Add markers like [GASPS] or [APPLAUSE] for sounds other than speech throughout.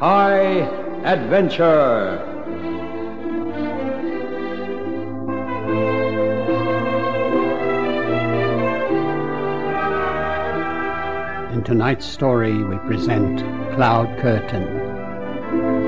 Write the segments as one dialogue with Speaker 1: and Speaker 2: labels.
Speaker 1: High Adventure.
Speaker 2: In tonight's story, we present Cloud Curtain.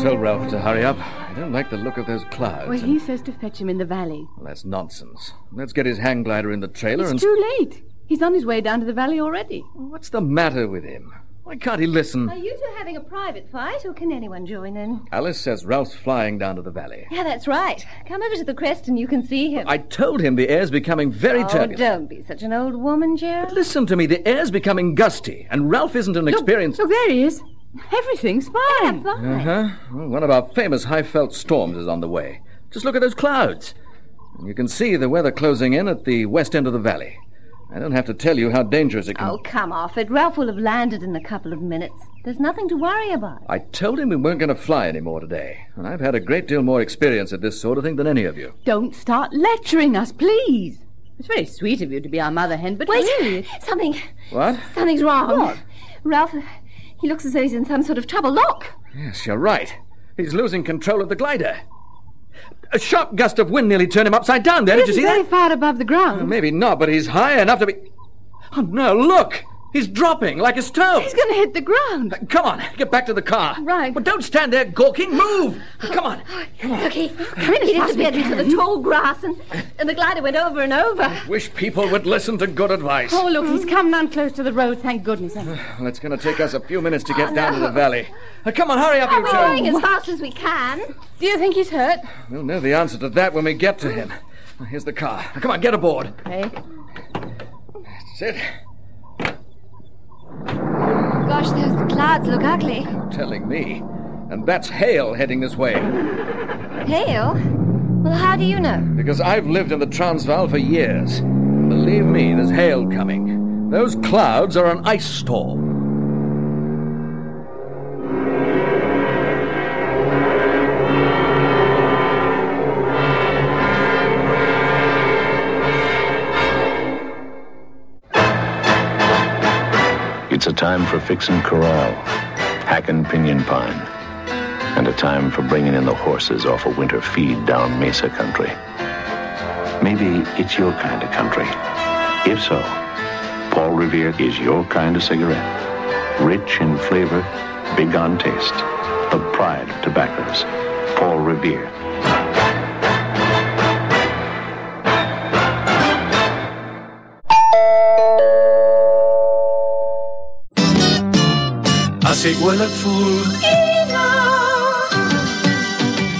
Speaker 3: Tell Ralph to hurry up. I don't like the look of those clouds.
Speaker 4: Well,
Speaker 3: and-
Speaker 4: he says to fetch him in the valley.
Speaker 3: Well, that's nonsense. Let's get his hang glider in the trailer and.
Speaker 4: It's too late. He's on his way down to the valley already.
Speaker 3: What's the matter with him? Why can't he listen?
Speaker 5: Are you two having a private fight, or can anyone join in?
Speaker 3: Alice says Ralph's flying down to the valley.
Speaker 5: Yeah, that's right. Come over to the crest and you can see him.
Speaker 3: I told him the air's becoming very
Speaker 5: oh,
Speaker 3: turbulent.
Speaker 5: don't be such an old woman, Gerald.
Speaker 3: Listen to me, the air's becoming gusty, and Ralph isn't an experienced.
Speaker 4: Look, there he is. Everything's fine.
Speaker 5: Fine.
Speaker 3: Huh? Well, one of our famous high felt storms is on the way. Just look at those clouds. And you can see the weather closing in at the west end of the valley. I don't have to tell you how dangerous it can
Speaker 5: Oh, come off it. Ralph will have landed in a couple of minutes. There's nothing to worry about.
Speaker 3: I told him we weren't going to fly anymore today, and I've had a great deal more experience at this sort of thing than any of you.
Speaker 4: Don't start lecturing us, please. It's very sweet of you to be our mother hen, but really, it's-
Speaker 5: Something.
Speaker 3: What?
Speaker 5: Something's wrong.
Speaker 4: What?
Speaker 5: Ralph, he looks as though he's in some sort of trouble. Look!
Speaker 3: Yes, you're right. He's losing control of the glider. A sharp gust of wind nearly turned him upside down there. Did you
Speaker 4: isn't
Speaker 3: see
Speaker 4: very
Speaker 3: that?
Speaker 4: far above the ground.
Speaker 3: Maybe not, but he's high enough to be. Oh, no, look! He's dropping like a stone.
Speaker 4: He's going to hit the ground.
Speaker 3: Come on, get back to the car.
Speaker 4: Right. Oh,
Speaker 3: Well, don't stand there gawking. Move! Come on.
Speaker 5: Look, he, he disappeared into the tall grass, and, and the glider went over and over.
Speaker 3: Wish people would listen to good advice.
Speaker 4: Oh, look, he's come down close to the road, thank goodness.
Speaker 3: Well, it's going to take us a few minutes to get
Speaker 4: Oh,
Speaker 3: down to the valley. Uh, come on, hurry up, you
Speaker 5: We're
Speaker 3: two.
Speaker 5: going as fast as we can.
Speaker 4: Do you think he's hurt?
Speaker 3: We'll know the answer to that when we get to him. Here's the car. Come on, get aboard.
Speaker 4: Okay.
Speaker 3: That's it.
Speaker 5: Gosh, those clouds look ugly.
Speaker 3: Telling me. And that's hail heading this way.
Speaker 5: Hail? Well, how do you know?
Speaker 3: Because I've lived in the Transvaal for years. Believe me, there's hail coming. Those clouds are an ice storm.
Speaker 6: It's a time for fix and corral, hack and pinion pine, and a time for bringing in the horses off a winter feed down mesa country. Maybe it's your kind of country. If so, Paul Revere is your kind of cigarette. Rich in flavor, big on taste. The pride of tobaccos. Paul Revere.
Speaker 7: As jy oulik voel,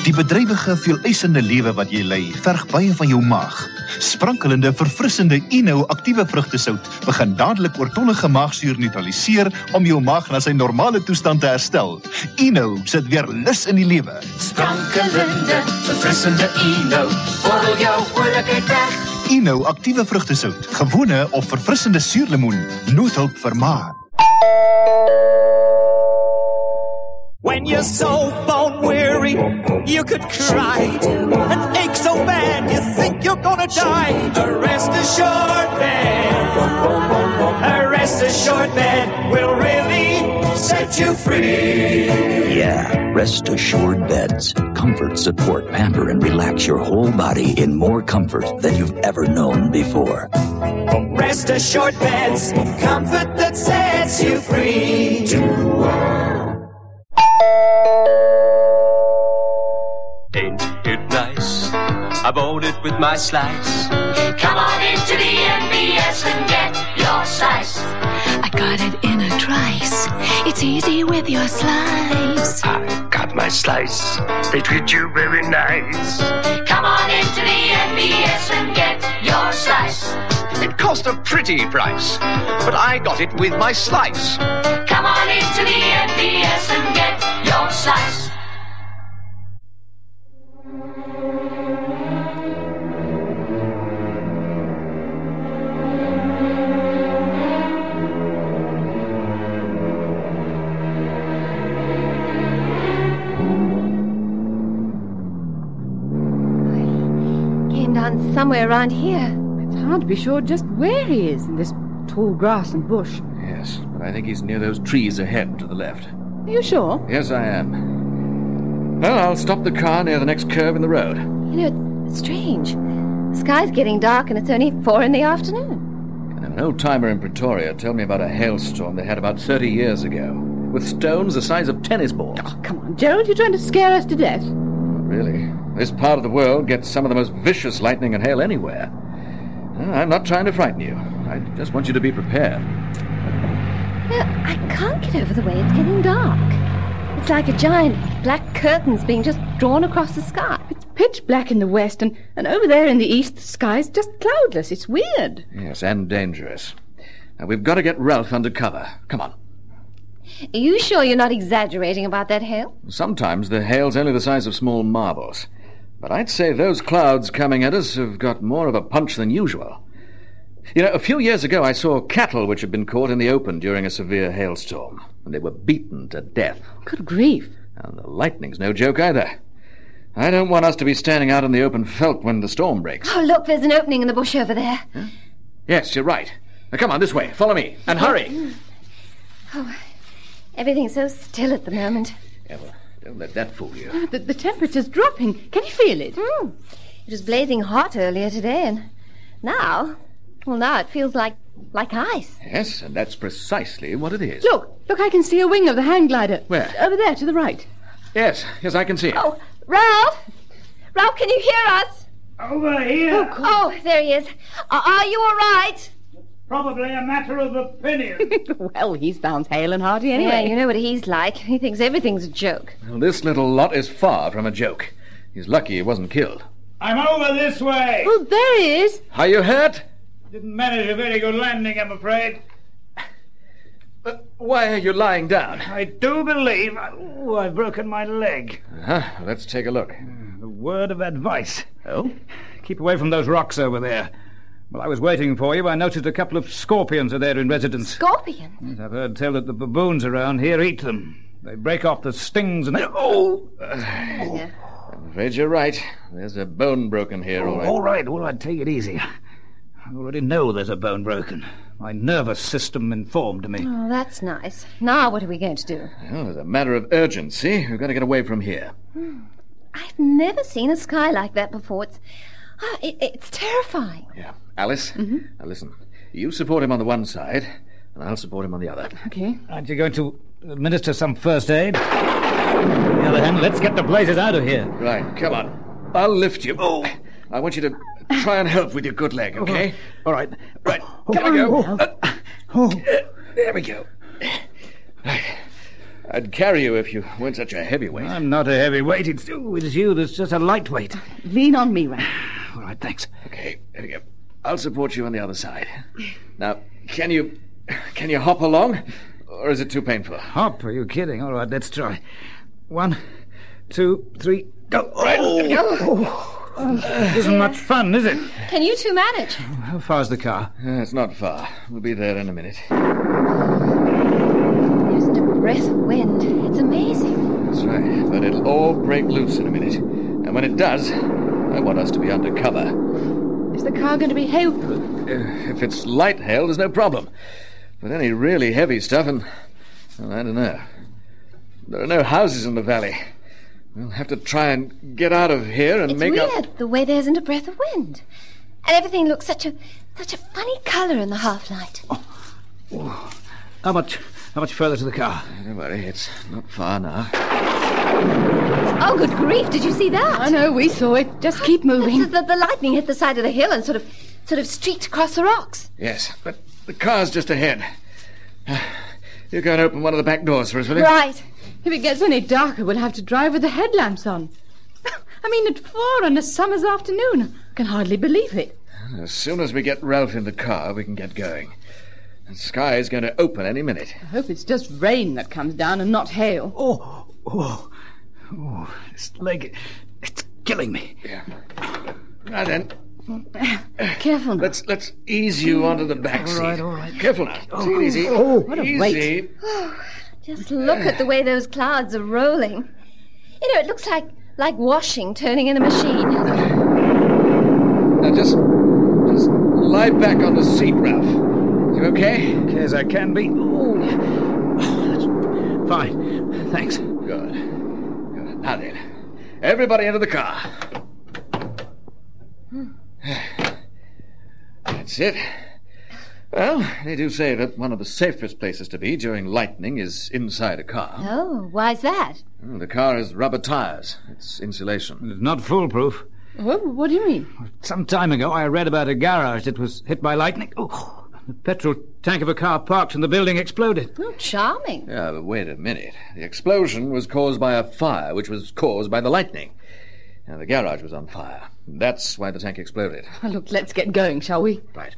Speaker 8: Die bedrywige, veeleisende lewe wat jy lei, verg baie van jou maag. Sprankelende, verfrissende Eno aktiewe vrugtesout begin dadelik oortollige maagsuur neutraliseer om jou maag na sy normale toestand te herstel. Eno sit weer lus in die lewe.
Speaker 7: sprankelende, verfrissende Eno, borrel jou oulikheid weg.
Speaker 8: Eno nou aktiewe vrugtesout, gewone of verfrissende suurlemoen, noodhulp vir maag.
Speaker 9: When you're so bone weary, you could cry and ache so bad you think you're gonna die. Arrest assured man, arrest assured man will really set you free.
Speaker 10: Yeah, rest assured beds. Comfort, support, pamper, and relax your whole body in more comfort than you've ever known before.
Speaker 9: Rest assured beds, comfort that sets you free.
Speaker 7: Ain't it nice? I bought it with my slice.
Speaker 11: Come on into the NBS and get your slice. I got it in a trice. It's easy with your slice.
Speaker 7: I got my slice. They treat you very nice.
Speaker 11: Come on into the NBS and get your slice.
Speaker 7: It cost a pretty price, but I got it with my slice.
Speaker 11: Come on into the NBS and get your slice.
Speaker 5: Somewhere around here.
Speaker 4: It's hard to be sure just where he is in this tall grass and bush.
Speaker 3: Yes, but I think he's near those trees ahead to the left.
Speaker 4: Are you sure?
Speaker 3: Yes, I am. Well, I'll stop the car near the next curve in the road.
Speaker 5: You know, it's strange. The sky's getting dark and it's only four in the afternoon.
Speaker 3: And an old timer in Pretoria told me about a hailstorm they had about 30 years ago, with stones the size of tennis balls.
Speaker 5: Ah.
Speaker 4: Come on, Gerald, you're trying to scare us to death.
Speaker 3: Really? This part of the world gets some of the most vicious lightning and hail anywhere. Uh, I'm not trying to frighten you. I just want you to be prepared.
Speaker 5: I can't get over the way it's getting dark. It's like a giant black curtain's being just drawn across the sky.
Speaker 4: It's pitch black in the west, and, and over there in the east, the sky's just cloudless. It's weird.
Speaker 3: Yes, and dangerous. Now, we've got to get Ralph under cover. Come on.
Speaker 5: Are you sure you're not exaggerating about that hail?
Speaker 3: Sometimes the hail's only the size of small marbles. But I'd say those clouds coming at us have got more of a punch than usual. You know, a few years ago I saw cattle which had been caught in the open during a severe hailstorm, and they were beaten to death.
Speaker 4: Good grief.
Speaker 3: And the lightning's no joke either. I don't want us to be standing out in the open felt when the storm breaks.
Speaker 4: [GASPS]
Speaker 5: Oh, look, there's an opening in the bush over there.
Speaker 3: Yes, you're right. Now, come on, this way. Follow me. And hurry.
Speaker 4: [GASPS]
Speaker 5: Oh, everything's so still at the moment.
Speaker 3: Yeah, well, don't let that fool you.
Speaker 4: The, the temperature's dropping. Can you feel it?
Speaker 5: Mm. It was blazing hot earlier today, and now, well, now it feels like like ice.
Speaker 3: Yes, and that's precisely what it is.
Speaker 4: Look, look, I can see a wing of the hang glider.
Speaker 3: Where?
Speaker 4: Over there, to the right.
Speaker 3: Yes, yes, I can see it.
Speaker 5: Oh, Ralph, Ralph, can you hear us?
Speaker 12: Over here.
Speaker 5: Oh, there he is. Are, are you all right?
Speaker 12: Probably a matter of opinion.
Speaker 4: well, he sounds hale and hearty anyway.
Speaker 5: Yeah, you know what he's like. He thinks everything's a joke.
Speaker 3: Well, this little lot is far from a joke. He's lucky he wasn't killed.
Speaker 12: I'm over this way.
Speaker 4: Oh, there he is.
Speaker 3: Are you hurt?
Speaker 12: Didn't manage a very good landing, I'm afraid.
Speaker 3: Uh, Why are you lying down?
Speaker 12: I do believe I, ooh, I've broken my leg.
Speaker 3: Uh-huh. Let's take a look.
Speaker 12: A word of advice. Oh? Keep away from those rocks over there. Well, I was waiting for you. I noticed a couple of scorpions are there in residence.
Speaker 5: Scorpion.
Speaker 12: Yes, I've heard tell that the baboons around here eat them. They break off the stings and they. Oh!
Speaker 3: I'm afraid you're right. There's a bone broken here, all right.
Speaker 12: All right, all right, take it easy. I already know there's a bone broken. My nervous system informed me.
Speaker 5: Oh, that's nice. Now what are we going to do?
Speaker 3: Well, as a matter of urgency, we've got to get away from here.
Speaker 5: I've never seen a sky like that before. It's, ah, it, it's terrifying.
Speaker 3: Yeah. Alice, now listen. You support him on the one side, and I'll support him on the other.
Speaker 4: Okay.
Speaker 12: Aren't you going to administer some first aid? On the other hand, let's get the blazes out of here.
Speaker 3: Right, come on. I'll lift you. Oh. I want you to try and help with your good leg, okay?
Speaker 12: All right.
Speaker 3: Right. Come on, go.
Speaker 12: Oh,
Speaker 3: Uh, There we go. Right. I'd carry you if you weren't such a heavyweight.
Speaker 12: I'm not a heavyweight. It's, ooh, it's you that's just a lightweight.
Speaker 4: Lean on me, Ralph.
Speaker 12: [SIGHS] All right, thanks.
Speaker 3: Okay, there we go. I'll support you on the other side. Now, can you can you hop along, or is it too painful?
Speaker 12: Hop, are you kidding? All right, let's try. One, two, three, go.
Speaker 3: Right.
Speaker 4: Oh.
Speaker 12: This isn't much fun, is it?
Speaker 5: Can you two manage?
Speaker 12: How far's the car?
Speaker 3: Uh, it's not far. We'll be there in a minute.
Speaker 5: There's a breath of wind. It's amazing.
Speaker 3: That's right. But it'll all break loose in a minute, and when it does, I want us to be under cover.
Speaker 4: Is the car going to be hail proof?
Speaker 3: Uh, if it's light hail, there's no problem. But any really heavy stuff, and well, I don't know. There are no houses in the valley. We'll have to try and get out of here and
Speaker 5: It's
Speaker 3: make up.
Speaker 5: weird the way there isn't a breath of wind, and everything looks such a such a funny colour in the half light.
Speaker 12: How much? How much further to the car?
Speaker 3: Ah, Don't worry, it's not far now.
Speaker 5: Oh, good grief! Did you see that?
Speaker 4: I know, we saw it. Just keep
Speaker 5: The,
Speaker 4: moving.
Speaker 5: the, the lightning hit the side of the hill and sort of sort of streaked across the rocks.
Speaker 3: Yes, but the car's just ahead. [SIGHS] You go and open one of the back doors for us, will you?
Speaker 5: Right.
Speaker 4: If it gets any darker, we'll have to drive with the headlamps on. [LAUGHS] I mean, at four on a summer's afternoon. I can hardly believe it.
Speaker 3: As soon as we get Ralph in the car, we can get going. The sky is going to open any minute.
Speaker 4: I hope it's just rain that comes down and not hail.
Speaker 12: Oh, oh, oh! This leg, it's killing me.
Speaker 3: Now then,
Speaker 4: Careful now.
Speaker 3: let's let's ease you onto the back seat.
Speaker 12: All right, all right.
Speaker 3: Careful now. Take it easy.
Speaker 12: Oh,
Speaker 4: what a
Speaker 3: easy.
Speaker 4: weight.
Speaker 5: Just look at the way those clouds are rolling. You know, it looks like like washing turning in a machine.
Speaker 3: Now just, just lie back on the seat, Ralph. You okay? Okay as I can be. Fine. Thanks. Good. Good. Now then, everybody into the car. Hmm. That's it. Well, they do say that one of the safest places to be during lightning is inside a car.
Speaker 5: Oh, why's that?
Speaker 3: Mm, The car has rubber tires. It's insulation. It's not foolproof.
Speaker 4: Well, what do you mean?
Speaker 12: Some time ago, I read about a garage that was hit by lightning. Oh, the petrol tank of a car parked and the building exploded.
Speaker 5: Oh, charming.
Speaker 3: Yeah, but Uh, wait a minute. The explosion was caused by a fire, which was caused by the lightning. And the garage was on fire. That's why the tank exploded. [LAUGHS]
Speaker 4: Well, look, let's get going, shall we?
Speaker 3: Right.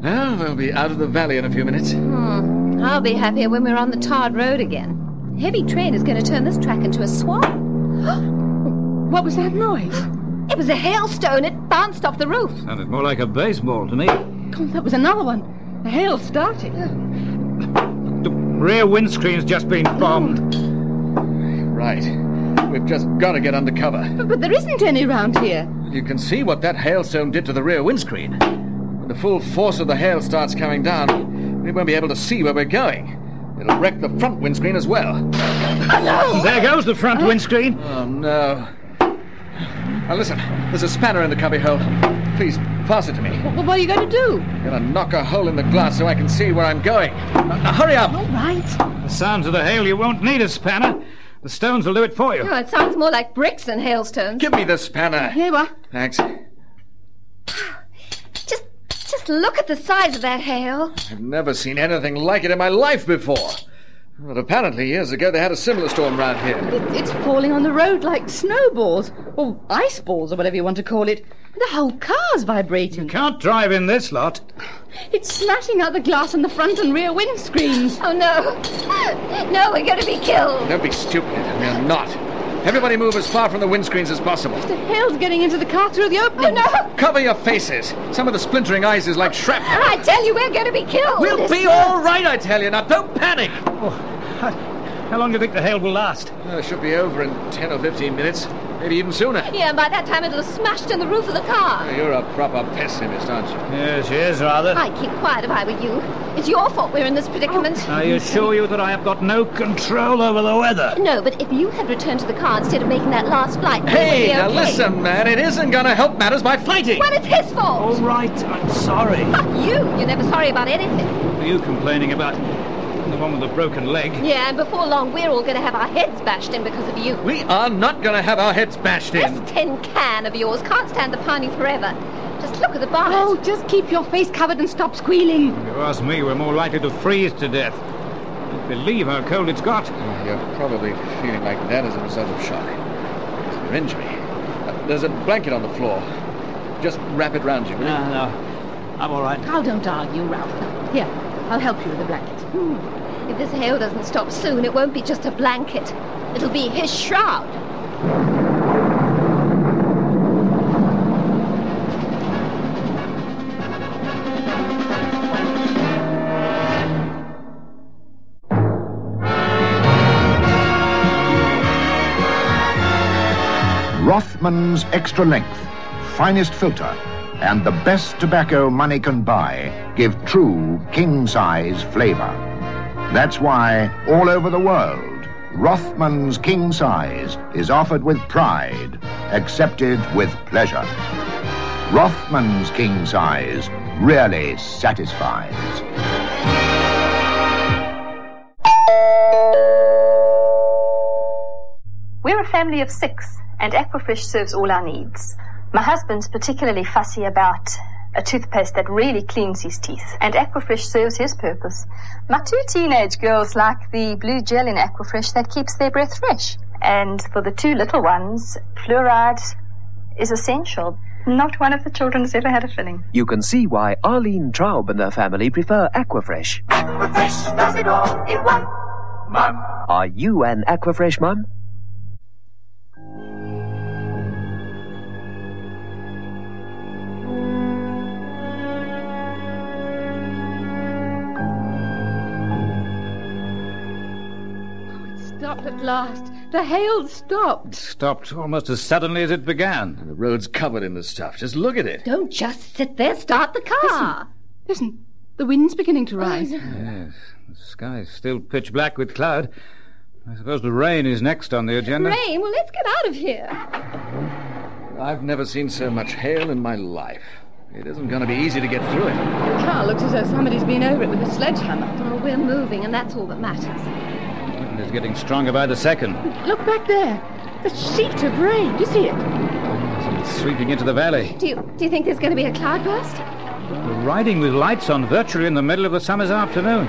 Speaker 3: Well, we'll be out of the valley in a few minutes.
Speaker 5: Hmm. I'll be happier when we're on the tarred road again. Heavy train is going to turn this track into a swamp.
Speaker 4: [GASPS] what was that noise?
Speaker 5: It was a hailstone. It bounced off the roof.
Speaker 12: Sounded more like a baseball to me.
Speaker 4: God, Oh, that was another one. The hail started.
Speaker 5: Oh,
Speaker 12: Rear windscreen's just been bombed.
Speaker 3: Right. We've just got to get under cover.
Speaker 4: But, but there isn't any round here.
Speaker 3: You can see what that hailstone did to the rear windscreen. When the full force of the hail starts coming down, we won't be able to see where we're going. It'll wreck the front windscreen as well.
Speaker 12: There goes the front windscreen.
Speaker 3: Oh, no. Now, listen, there's a spanner in the cubbyhole. Please, pass it to me.
Speaker 4: Wh- wh- what are you going to do?
Speaker 3: I'm gonna knock a hole in the glass so I can see where I'm going. Now, now, hurry up!
Speaker 4: All right.
Speaker 12: The sounds of the hail, you won't need a spanner. The stones will do it for you.
Speaker 5: Oh, it sounds more like bricks than hailstones.
Speaker 3: Give me the spanner.
Speaker 4: Here you are.
Speaker 3: Thanks.
Speaker 5: Just, just look at the size of that hail.
Speaker 3: I've never seen anything like it in my life before. But apparently, years ago, they had a similar storm round here.
Speaker 4: It, it's falling on the road like snowballs, or ice balls, or whatever you want to call it. The whole car's vibrating.
Speaker 12: Can't drive in this lot.
Speaker 4: It's slashing out the glass on the front and rear windscreens.
Speaker 5: Oh no, [GASPS] no, we're going to be killed.
Speaker 3: Don't be stupid. We're not. Everybody move as far from the windscreens as possible.
Speaker 4: The hail's getting into the car through the opening.
Speaker 5: Oh, No,
Speaker 3: Cover your faces. Some of the splintering ice is like shrapnel.
Speaker 5: I tell you, we're going to be killed.
Speaker 3: We'll be all right, I tell you. Now, don't panic.
Speaker 12: How long do you think the hail will last?
Speaker 3: Uh, it should be over in 10 or 15 minutes. Maybe even sooner.
Speaker 5: Yeah, and by that time it'll have smashed in the roof of the car.
Speaker 3: You're a proper pessimist, aren't you?
Speaker 12: Yes, yes, rather.
Speaker 5: I'd keep quiet if I were you. It's your fault we're in this predicament.
Speaker 3: Oh,
Speaker 12: I assure you that I have got no control over the weather.
Speaker 5: No, but if you had returned to the car instead of making that last flight, we would
Speaker 3: Hey,
Speaker 5: be
Speaker 3: now
Speaker 5: okay.
Speaker 3: listen, man. It isn't going to help matters by fighting.
Speaker 5: Well, it's his fault.
Speaker 12: All right, I'm sorry.
Speaker 5: Not you. You're never sorry about anything.
Speaker 12: Are you complaining about the one with the broken leg?
Speaker 5: Yeah, and before long we're all going to have our heads bashed in because of you.
Speaker 3: We are not going to have our heads bashed in.
Speaker 5: This tin can of yours can't stand the piney forever. Just look at the bonnet.
Speaker 4: Oh, just keep your face covered and stop squealing.
Speaker 12: If you ask me, we're more likely to freeze to death. Don't believe how cold it's got.
Speaker 3: You're probably feeling like that as a result of shock. It's your injury. Uh, there's a blanket on the floor. Just wrap it round you, will you?
Speaker 12: no. I'm all right.
Speaker 4: Oh, don't argue, Ralph. Here, I'll help you with the blanket.
Speaker 5: Hmm. If this hail doesn't stop soon, it won't be just a blanket. It'll be his shroud.
Speaker 13: Rothman's Extra Length, finest filter, and the best tobacco money can buy give true king size flavor. That's why, all over the world, Rothman's King Size is offered with pride, accepted with pleasure. Rothman's King Size really satisfies.
Speaker 14: We're a family of six, and Aquafish serves all our needs. My husband's particularly fussy about a toothpaste that really cleans his teeth, and Aquafish serves his purpose. My two teenage girls like the blue gel in Aquafish that keeps their breath fresh. And for the two little ones, fluoride is essential. Not one of the children has ever had a filling.
Speaker 15: You can see why Arlene Traub and her family prefer Aquafresh.
Speaker 14: Aquafresh does it all in one.
Speaker 15: Are you an Aquafresh mum?
Speaker 4: stopped at last. The hail stopped.
Speaker 16: Stopped almost as suddenly as it began.
Speaker 17: The road's covered in this stuff. Just look at it.
Speaker 5: Don't just sit there. Start the car. Oh,
Speaker 4: Listen, listen. the wind's beginning to rise.
Speaker 16: Yes, the sky's still pitch black with cloud. I suppose the rain is next on the agenda.
Speaker 5: Rain, well, let's get out of here.
Speaker 17: I've never seen so much hail in my life. It isn't going to be easy to get through it.
Speaker 4: The car looks as though somebody's been over it with a sledgehammer.
Speaker 5: Oh, we're moving, and that's all that matters.
Speaker 16: And it's getting stronger by the second.
Speaker 4: Look back there. A sheet of rain. Do you see it?
Speaker 16: It's sweeping into the valley.
Speaker 5: Do you, do you think there's going to be a cloudburst?
Speaker 16: We're riding with lights on virtually in the middle of the summer's afternoon.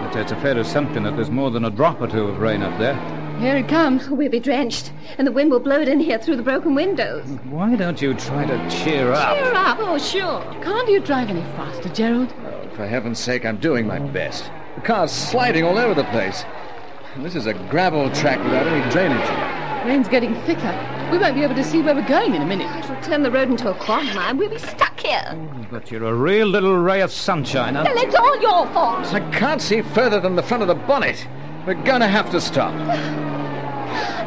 Speaker 16: But it's a fair assumption that there's more than a drop or two of rain up there.
Speaker 5: Here it comes. Oh, We'll be drenched, and the wind will blow it in here through the broken windows.
Speaker 16: Why don't you try to cheer up?
Speaker 5: Cheer up. Oh, sure.
Speaker 4: Can't you drive any faster, Gerald?
Speaker 17: For heaven's sake, I'm doing my best. The car's sliding all over the place. This is a gravel track without any drainage.
Speaker 4: Rain's getting thicker. We won't be able to see where we're going in a minute.
Speaker 5: It'll turn the road into a quagmire, and we'll be stuck here.
Speaker 16: But you're a real little ray of sunshine,
Speaker 5: Well,
Speaker 16: aren't
Speaker 5: it's all your fault.
Speaker 17: I can't see further than the front of the bonnet. We're going to have to stop.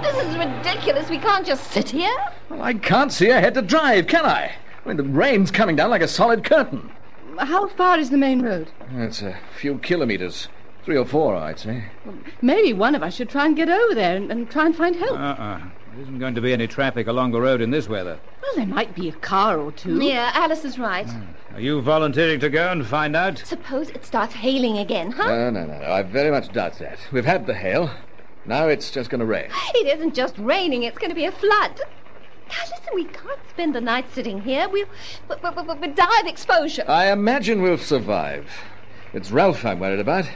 Speaker 5: This is ridiculous. We can't just sit here.
Speaker 17: Well, I can't see ahead to drive, can I? I mean, the rain's coming down like a solid curtain.
Speaker 4: How far is the main road?
Speaker 17: It's a few kilometers. Three or four, I'd say.
Speaker 4: Maybe one of us should try and get over there and, and try and find help.
Speaker 16: Uh-uh. There isn't going to be any traffic along the road in this weather.
Speaker 4: well, there might be a car or two.
Speaker 5: Yeah, Alice is right.
Speaker 16: Are you volunteering to go and find out?
Speaker 5: Suppose it starts hailing again, huh?
Speaker 17: Uh, No, no, no, no. I very much doubt that. We've had the hail. Now it's just going to rain.
Speaker 5: It isn't just raining, it's going to be a flood. Now, listen, we can't spend the night sitting here. We'll, we, we, we, we die of exposure.
Speaker 17: I imagine we'll survive. It's Ralph I'm worried about.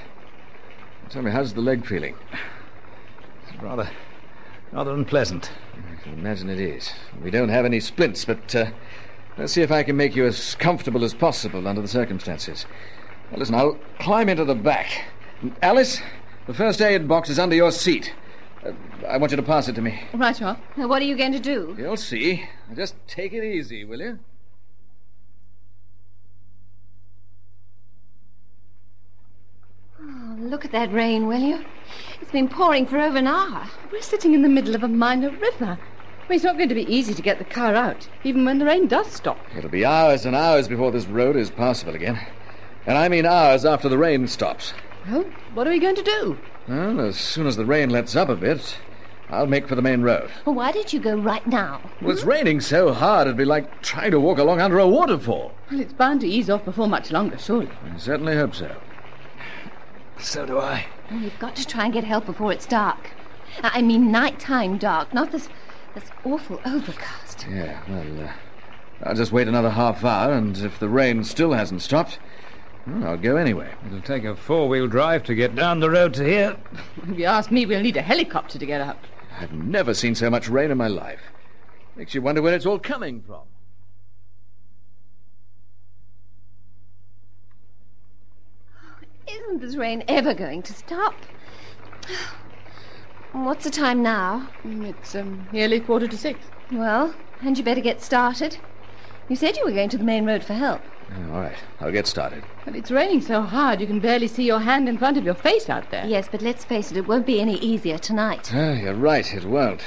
Speaker 17: Tell me, how's the leg feeling?
Speaker 16: It's rather, rather unpleasant.
Speaker 17: I can imagine it is. We don't have any splints, but uh, let's see if I can make you as comfortable as possible under the circumstances. Now, listen, I'll climb into the back. And Alice, the first aid box is under your seat. Uh, I want you to pass it to me.
Speaker 4: Right off.
Speaker 5: Now, what are you going to do?
Speaker 17: You'll see. Just take it easy, will you?
Speaker 5: Oh, look at that rain, will you? It's been pouring for over an hour.
Speaker 4: We're sitting in the middle of a minor river. Well, it's not going to be easy to get the car out, even when the rain does stop.
Speaker 17: It'll be hours and hours before this road is passable again. And I mean hours after the rain stops.
Speaker 4: Well, what are we going to do?
Speaker 17: Well, as soon as the rain lets up a bit, I'll make for the main road.
Speaker 5: Well, why did you go right now?
Speaker 17: Well, it's raining so hard it'd be like trying to walk along under a waterfall.
Speaker 4: Well, it's bound to ease off before much longer, surely.
Speaker 17: I certainly hope so. So do I.
Speaker 5: Oh,
Speaker 4: Hmm.
Speaker 5: We've got to try and get help before it's dark. I I mean, nighttime dark, not this, this awful overcast.
Speaker 17: Yeah, well, uh, I'll just wait another half hour, and if the rain still hasn't stopped, well, I'll go anyway.
Speaker 16: It'll take a four-wheel drive to get down the road to here.
Speaker 4: If you ask me, we'll need a helicopter to get out.
Speaker 17: I've never seen so much rain in my life. Makes you wonder where it's all coming from.
Speaker 5: Isn't this rain ever going to stop? [SIGHS] What's the time now?
Speaker 4: Mm, It's um, nearly quarter to six.
Speaker 5: Well, hadn't you better get started? You said you were going to the main road for help.
Speaker 17: Oh, all right, I'll get started.
Speaker 4: But it's raining so hard you can barely see your hand in front of your face out there.
Speaker 5: Yes, but let's face it, it won't be any easier tonight.
Speaker 17: Ah, you're right, it won't.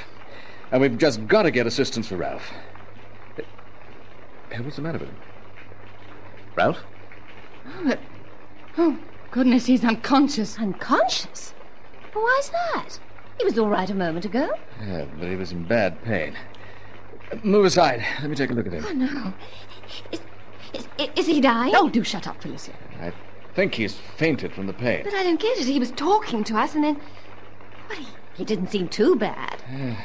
Speaker 17: And we've just got to get assistance for Ralph. Eh, What's the matter with him? Ralph?
Speaker 4: Oh, goodness, he's unconscious.
Speaker 5: Unconscious? Well, why's that? He was all right a moment ago.
Speaker 17: Yeah, but he was in bad pain. Move aside. Let me take a look at him.
Speaker 5: Oh, no. Is, is, is he dying?
Speaker 4: Oh, do shut up, Felicia.
Speaker 17: I think he's fainted from the pain.
Speaker 5: But I don't get it. He was talking to us and then. Well, he, he didn't seem too bad.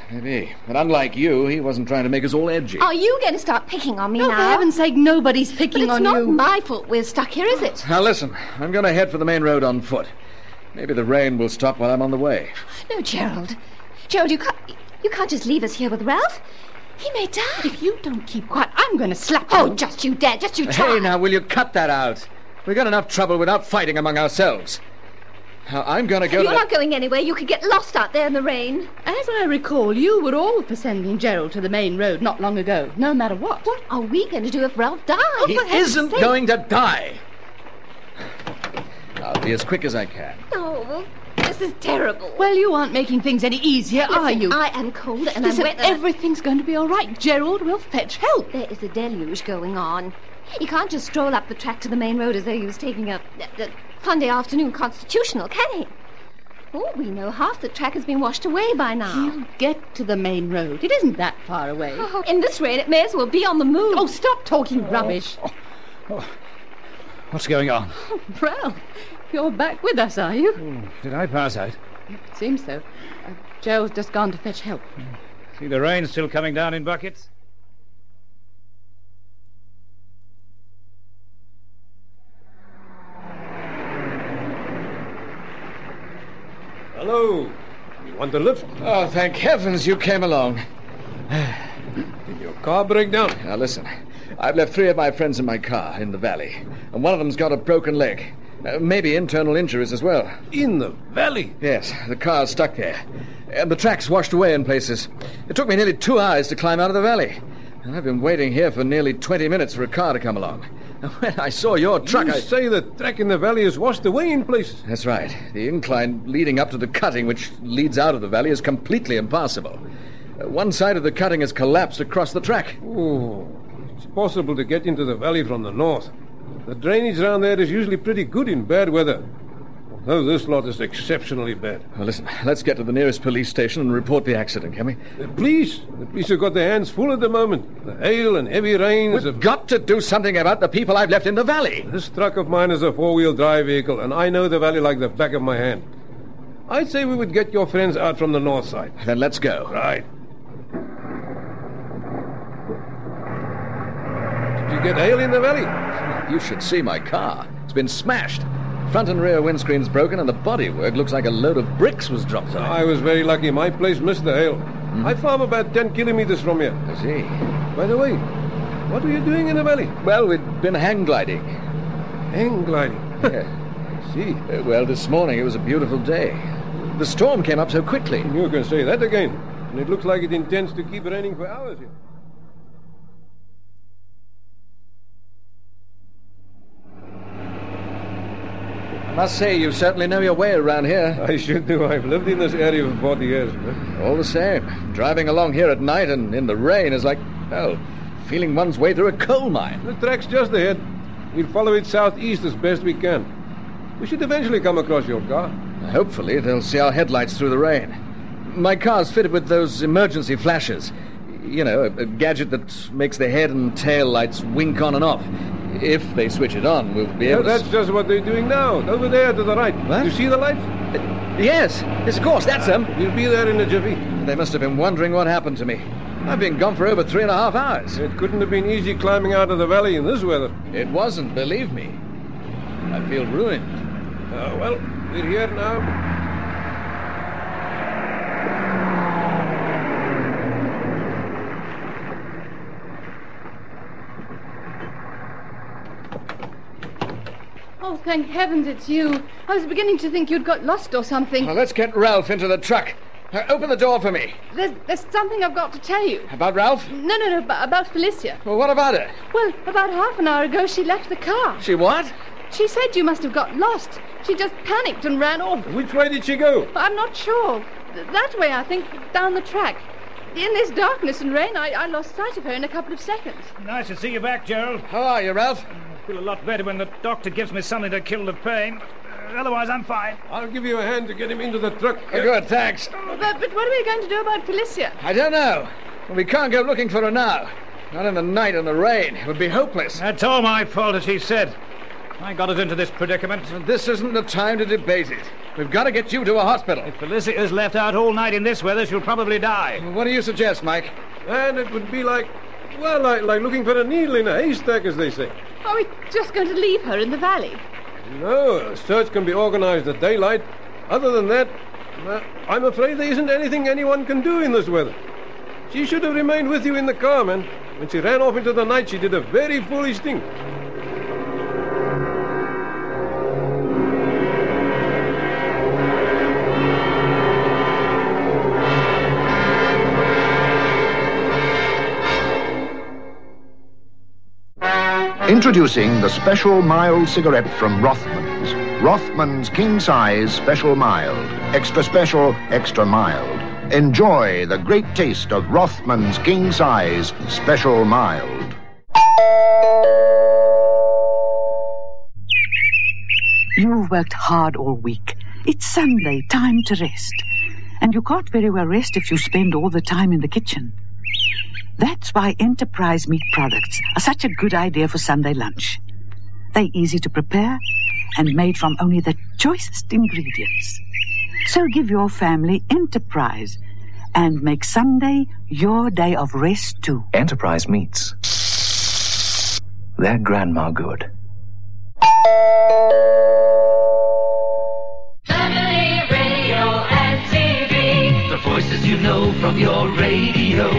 Speaker 17: Maybe. But unlike you, he wasn't trying to make us all edgy.
Speaker 5: Are you going to start picking on me
Speaker 4: Oh, for
Speaker 5: now?
Speaker 4: heaven's sake, nobody's
Speaker 5: but
Speaker 4: picking
Speaker 5: it's
Speaker 4: on
Speaker 5: not
Speaker 4: you.
Speaker 5: my fault we're stuck here, is it?
Speaker 17: Now, listen, I'm going to head for the main road on foot. Maybe the rain will stop while I'm on the way.
Speaker 5: No, Gerald. Gerald, you can't, you can't just leave us here with Ralph. He may die.
Speaker 4: If you don't keep quiet, I'm going to slap you.
Speaker 5: Oh, just you dare, just you try.
Speaker 17: Hey, now, will you cut that out? We've got enough trouble without fighting among ourselves. Now, I'm going to go
Speaker 5: You're
Speaker 17: to the-
Speaker 5: not going anywhere. You could get lost out there in the rain.
Speaker 4: As I recall, you were all for sending Gerald to the main road not long ago, no matter what.
Speaker 5: What are we going to do if Ralph dies?
Speaker 17: He isn't going to die. I'll be as quick as I can.
Speaker 5: Oh, well, there's
Speaker 4: This is terrible. Well, you aren't making things any easier, are
Speaker 5: Listen,
Speaker 4: you?
Speaker 5: I am cold and
Speaker 4: Listen,
Speaker 5: I'm wet.
Speaker 4: everything's going to be all right. Gerald will fetch help.
Speaker 5: There is a deluge going on. You can't just stroll up the track to the main road as though he was taking a, a, a Sunday afternoon constitutional, can he? Oh, we know half the track has been washed away by now.
Speaker 4: You get to the main road. It isn't that far away. [GASPS]
Speaker 5: Oh, in this rain, it may as well be on the moon.
Speaker 4: Oh, stop talking rubbish.
Speaker 12: What's going on?
Speaker 4: Well, you're back with us, are you?
Speaker 12: Did I pass out?
Speaker 4: Seems so. Uh, Gerald's just gone to fetch help.
Speaker 12: See the rain still coming down in buckets?
Speaker 18: Hello. You want a lift?
Speaker 17: Oh, thank heavens you came along.
Speaker 18: Did your car break down?
Speaker 17: Now, listen. I've left three of my friends in my car in the valley, and one of them's got a broken leg. Uh, maybe internal injuries as well.
Speaker 18: In the valley?
Speaker 17: Yes, the car's stuck there. And the track's washed away in places. It took me nearly two hours to climb out of the valley. And I've been waiting here for nearly 20 minutes for a car to come along. [LAUGHS] And when I saw your truck,
Speaker 18: you
Speaker 17: I.
Speaker 18: say the track in the valley is washed away in places.
Speaker 17: That's right. The incline leading up to the cutting, which leads out of the valley, is completely impassable. Uh, One side of the cutting has collapsed across the track.
Speaker 18: Oh, it's possible to get into the valley from the north. The drainage round there is usually pretty good in bad weather. Although this lot is exceptionally bad.
Speaker 17: Well, listen, let's get to the nearest police station and report the accident, can we?
Speaker 18: The police, the police have got their hands full at the moment. The hail and heavy rain is a...
Speaker 17: We've got to do something about the people I've left in the valley.
Speaker 18: This truck of mine is a four-wheel drive vehicle, and I know the valley like the back of my hand. I'd say we would get your friends out from the north side.
Speaker 17: Then let's go.
Speaker 18: Right. Did you get hail in the valley?
Speaker 17: You should see my car. It's been smashed. Front and rear windscreen's broken, and the bodywork looks like a load of bricks was dropped on it. Hmm?
Speaker 18: I was very lucky. My place missed the hail. I farm about 10 kilometers from here.
Speaker 17: I see.
Speaker 18: By the way, what were you doing in the valley?
Speaker 17: Well, we'd been hang gliding.
Speaker 18: Hang gliding.
Speaker 17: Yeah.
Speaker 18: I see.
Speaker 17: Uh, Well, this morning it was a beautiful day. The storm came up so quickly.
Speaker 18: You can say that again. And it looks like it intends to keep raining for hours here.
Speaker 17: I must say, you certainly know your way around here.
Speaker 18: I should do. I've lived in this area for 40 years. But
Speaker 17: All the same, driving along here at night and in the rain is like, oh, feeling one's way through a coal mine.
Speaker 18: the track's just ahead. We'll follow it southeast as best we can. We should eventually come across your car.
Speaker 17: Hopefully, they'll see our headlights through the rain. My car's fitted with those emergency flashes. You know, a, a gadget that makes the head and tail lights wink on and off. If they switch it on, we'll be
Speaker 18: Yeah,
Speaker 17: able
Speaker 18: that's
Speaker 17: to.
Speaker 18: just what they're doing now. Over there to the right.
Speaker 17: What? Uh,
Speaker 18: You see the lights?
Speaker 17: Yes, yes, of course, that's them.
Speaker 18: We'll be there in a jiffy.
Speaker 17: They must have been wondering what happened to me. I've been gone for over three and a half hours.
Speaker 18: It couldn't have been easy climbing out of the valley in this weather.
Speaker 17: It wasn't, believe me. I feel ruined.
Speaker 18: Uh, well, we're here now.
Speaker 4: Oh, thank heavens it's you. I was beginning to think you'd got lost or something.
Speaker 17: Now, let's get Ralph into the truck. Uh, open the door for me.
Speaker 4: There's, there's something I've got to tell you.
Speaker 17: About Ralph?
Speaker 4: No, no, no, about, about Felicia.
Speaker 17: Well, what about her?
Speaker 4: Well, about half an hour ago, she left the car.
Speaker 17: She what?
Speaker 4: She said you must have got lost. She just panicked and ran off.
Speaker 18: Which way did she go?
Speaker 4: I'm not sure. Th- That way, I think, down the track. In this darkness and rain, I, I lost sight of her in a couple of seconds.
Speaker 12: Nice to see you back, Gerald.
Speaker 17: How are you, Ralph?
Speaker 12: Feel a lot better when the doctor gives me something to kill the pain. Uh, Otherwise, I'm fine.
Speaker 18: I'll give you a hand to get him into the truck.
Speaker 17: Oh, good, thanks.
Speaker 4: But, but what are we going to do about Felicia?
Speaker 17: I don't know. We can't go looking for her now. Not in the night and the rain. It would be hopeless.
Speaker 12: That's all my fault, as he said. I got us into this predicament.
Speaker 17: This isn't the time to debate it. We've got to get you to a hospital.
Speaker 12: Felicia's left out all night in this weather. She'll probably die.
Speaker 17: What do you suggest, Mike?
Speaker 18: And it would be like, well, like, like looking for a needle in a haystack, as they say.
Speaker 4: Are we just going to leave her in the valley?
Speaker 18: No, a search can be organized at daylight. Other than that, uh, I'm afraid there isn't anything anyone can do in this weather. She should have remained with you in the car, man. When she ran off into the night, she did a very foolish thing.
Speaker 3: Introducing the special mild cigarette from Rothman's. Rothman's King Size Special Mild. Extra Special, Extra Mild. Enjoy the great taste of Rothman's King Size Special Mild.
Speaker 9: You've worked hard all week. It's Sunday, time to rest. And you can't very well rest if you spend all the time in the kitchen. That's why enterprise meat products are such a good idea for Sunday lunch. They're easy to prepare and made from only the choicest ingredients. So give your family enterprise and make Sunday your day of rest too.
Speaker 19: Enterprise meats. They're grandma good.
Speaker 20: Family radio and TV.
Speaker 21: The voices you know from your radio.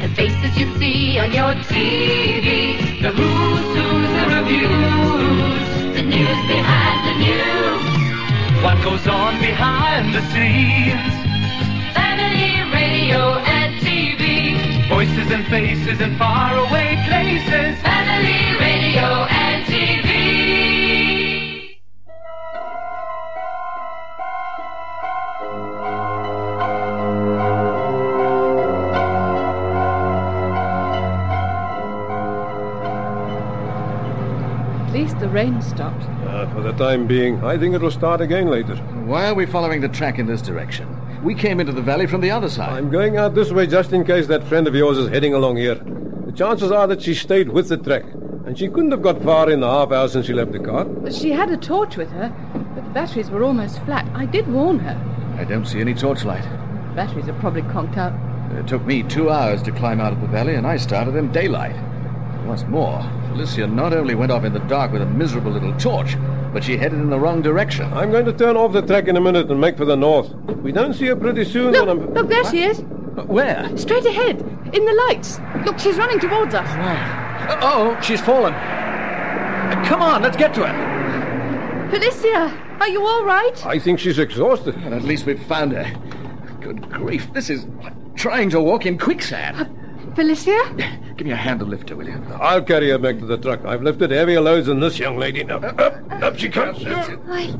Speaker 20: The faces you see on your TV. The who's who's the reviews. The news behind the news.
Speaker 21: What goes on behind the scenes?
Speaker 20: Family radio and TV.
Speaker 21: Voices and faces in faraway places.
Speaker 20: Family radio and TV.
Speaker 4: At least the rain stopped.
Speaker 17: Uh, for the time being, I think it'll start again later.
Speaker 12: Why are we following the track in this direction? We came into the valley from the other side.
Speaker 17: I'm going out this way just in case that friend of yours is heading along here. The chances are that she stayed with the track, and she couldn't have got far in the half hour since she left the car.
Speaker 4: She had a torch with her, but the batteries were almost flat. I did warn her.
Speaker 12: I don't see any torchlight.
Speaker 4: The batteries are probably conked out.
Speaker 12: It took me two hours to climb out of the valley, and I started in daylight. What's more, Alicia not only went off in the dark with a miserable little torch, but she headed in the wrong direction.
Speaker 17: I'm going to turn off the track in a minute and make for the north. We don't see her pretty soon, and I'm.
Speaker 4: Look, there she is.
Speaker 12: Where?
Speaker 4: Straight ahead, in the lights. Look, she's running towards us.
Speaker 12: Oh, she's fallen. Come on, let's get to her.
Speaker 4: Felicia, are you all right?
Speaker 17: I think she's exhausted.
Speaker 12: Well, at least we've found her. Good grief, this is like trying to walk in quicksand.
Speaker 4: Felicia?
Speaker 12: Give me a hand to lift her, will you?
Speaker 17: I'll carry her back to the truck. I've lifted heavier loads than this young lady. Now, up, up she comes.
Speaker 4: Uh,
Speaker 5: I,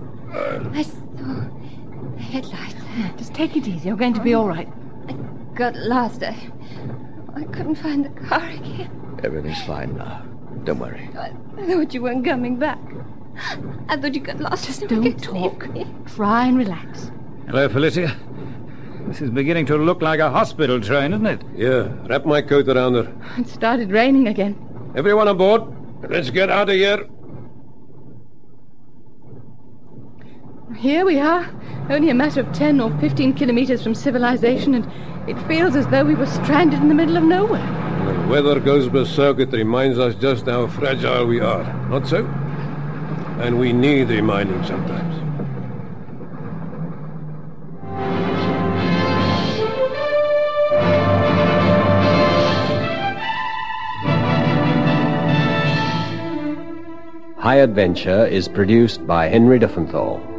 Speaker 5: I saw headlights.
Speaker 4: Just take it easy. You're going to be all right.
Speaker 5: Got lost. I, I couldn't find the car again.
Speaker 12: Everything's fine now. Don't worry.
Speaker 5: I, I thought you weren't coming back. I thought you got lost. Just
Speaker 4: don't talk. Try and relax.
Speaker 22: Hello, Felicia. This is beginning to look like a hospital train, isn't it?
Speaker 17: Yeah, wrap my coat around her.
Speaker 4: It started raining again.
Speaker 17: Everyone aboard. Let's get out of here.
Speaker 4: Here we are, only a matter of 10 or 15 kilometers from civilization, and it feels as though we were stranded in the middle of nowhere.
Speaker 17: When weather goes berserk, it reminds us just how fragile we are. Not so? And we need reminding sometimes.
Speaker 23: High Adventure is produced by Henry Diffenthal.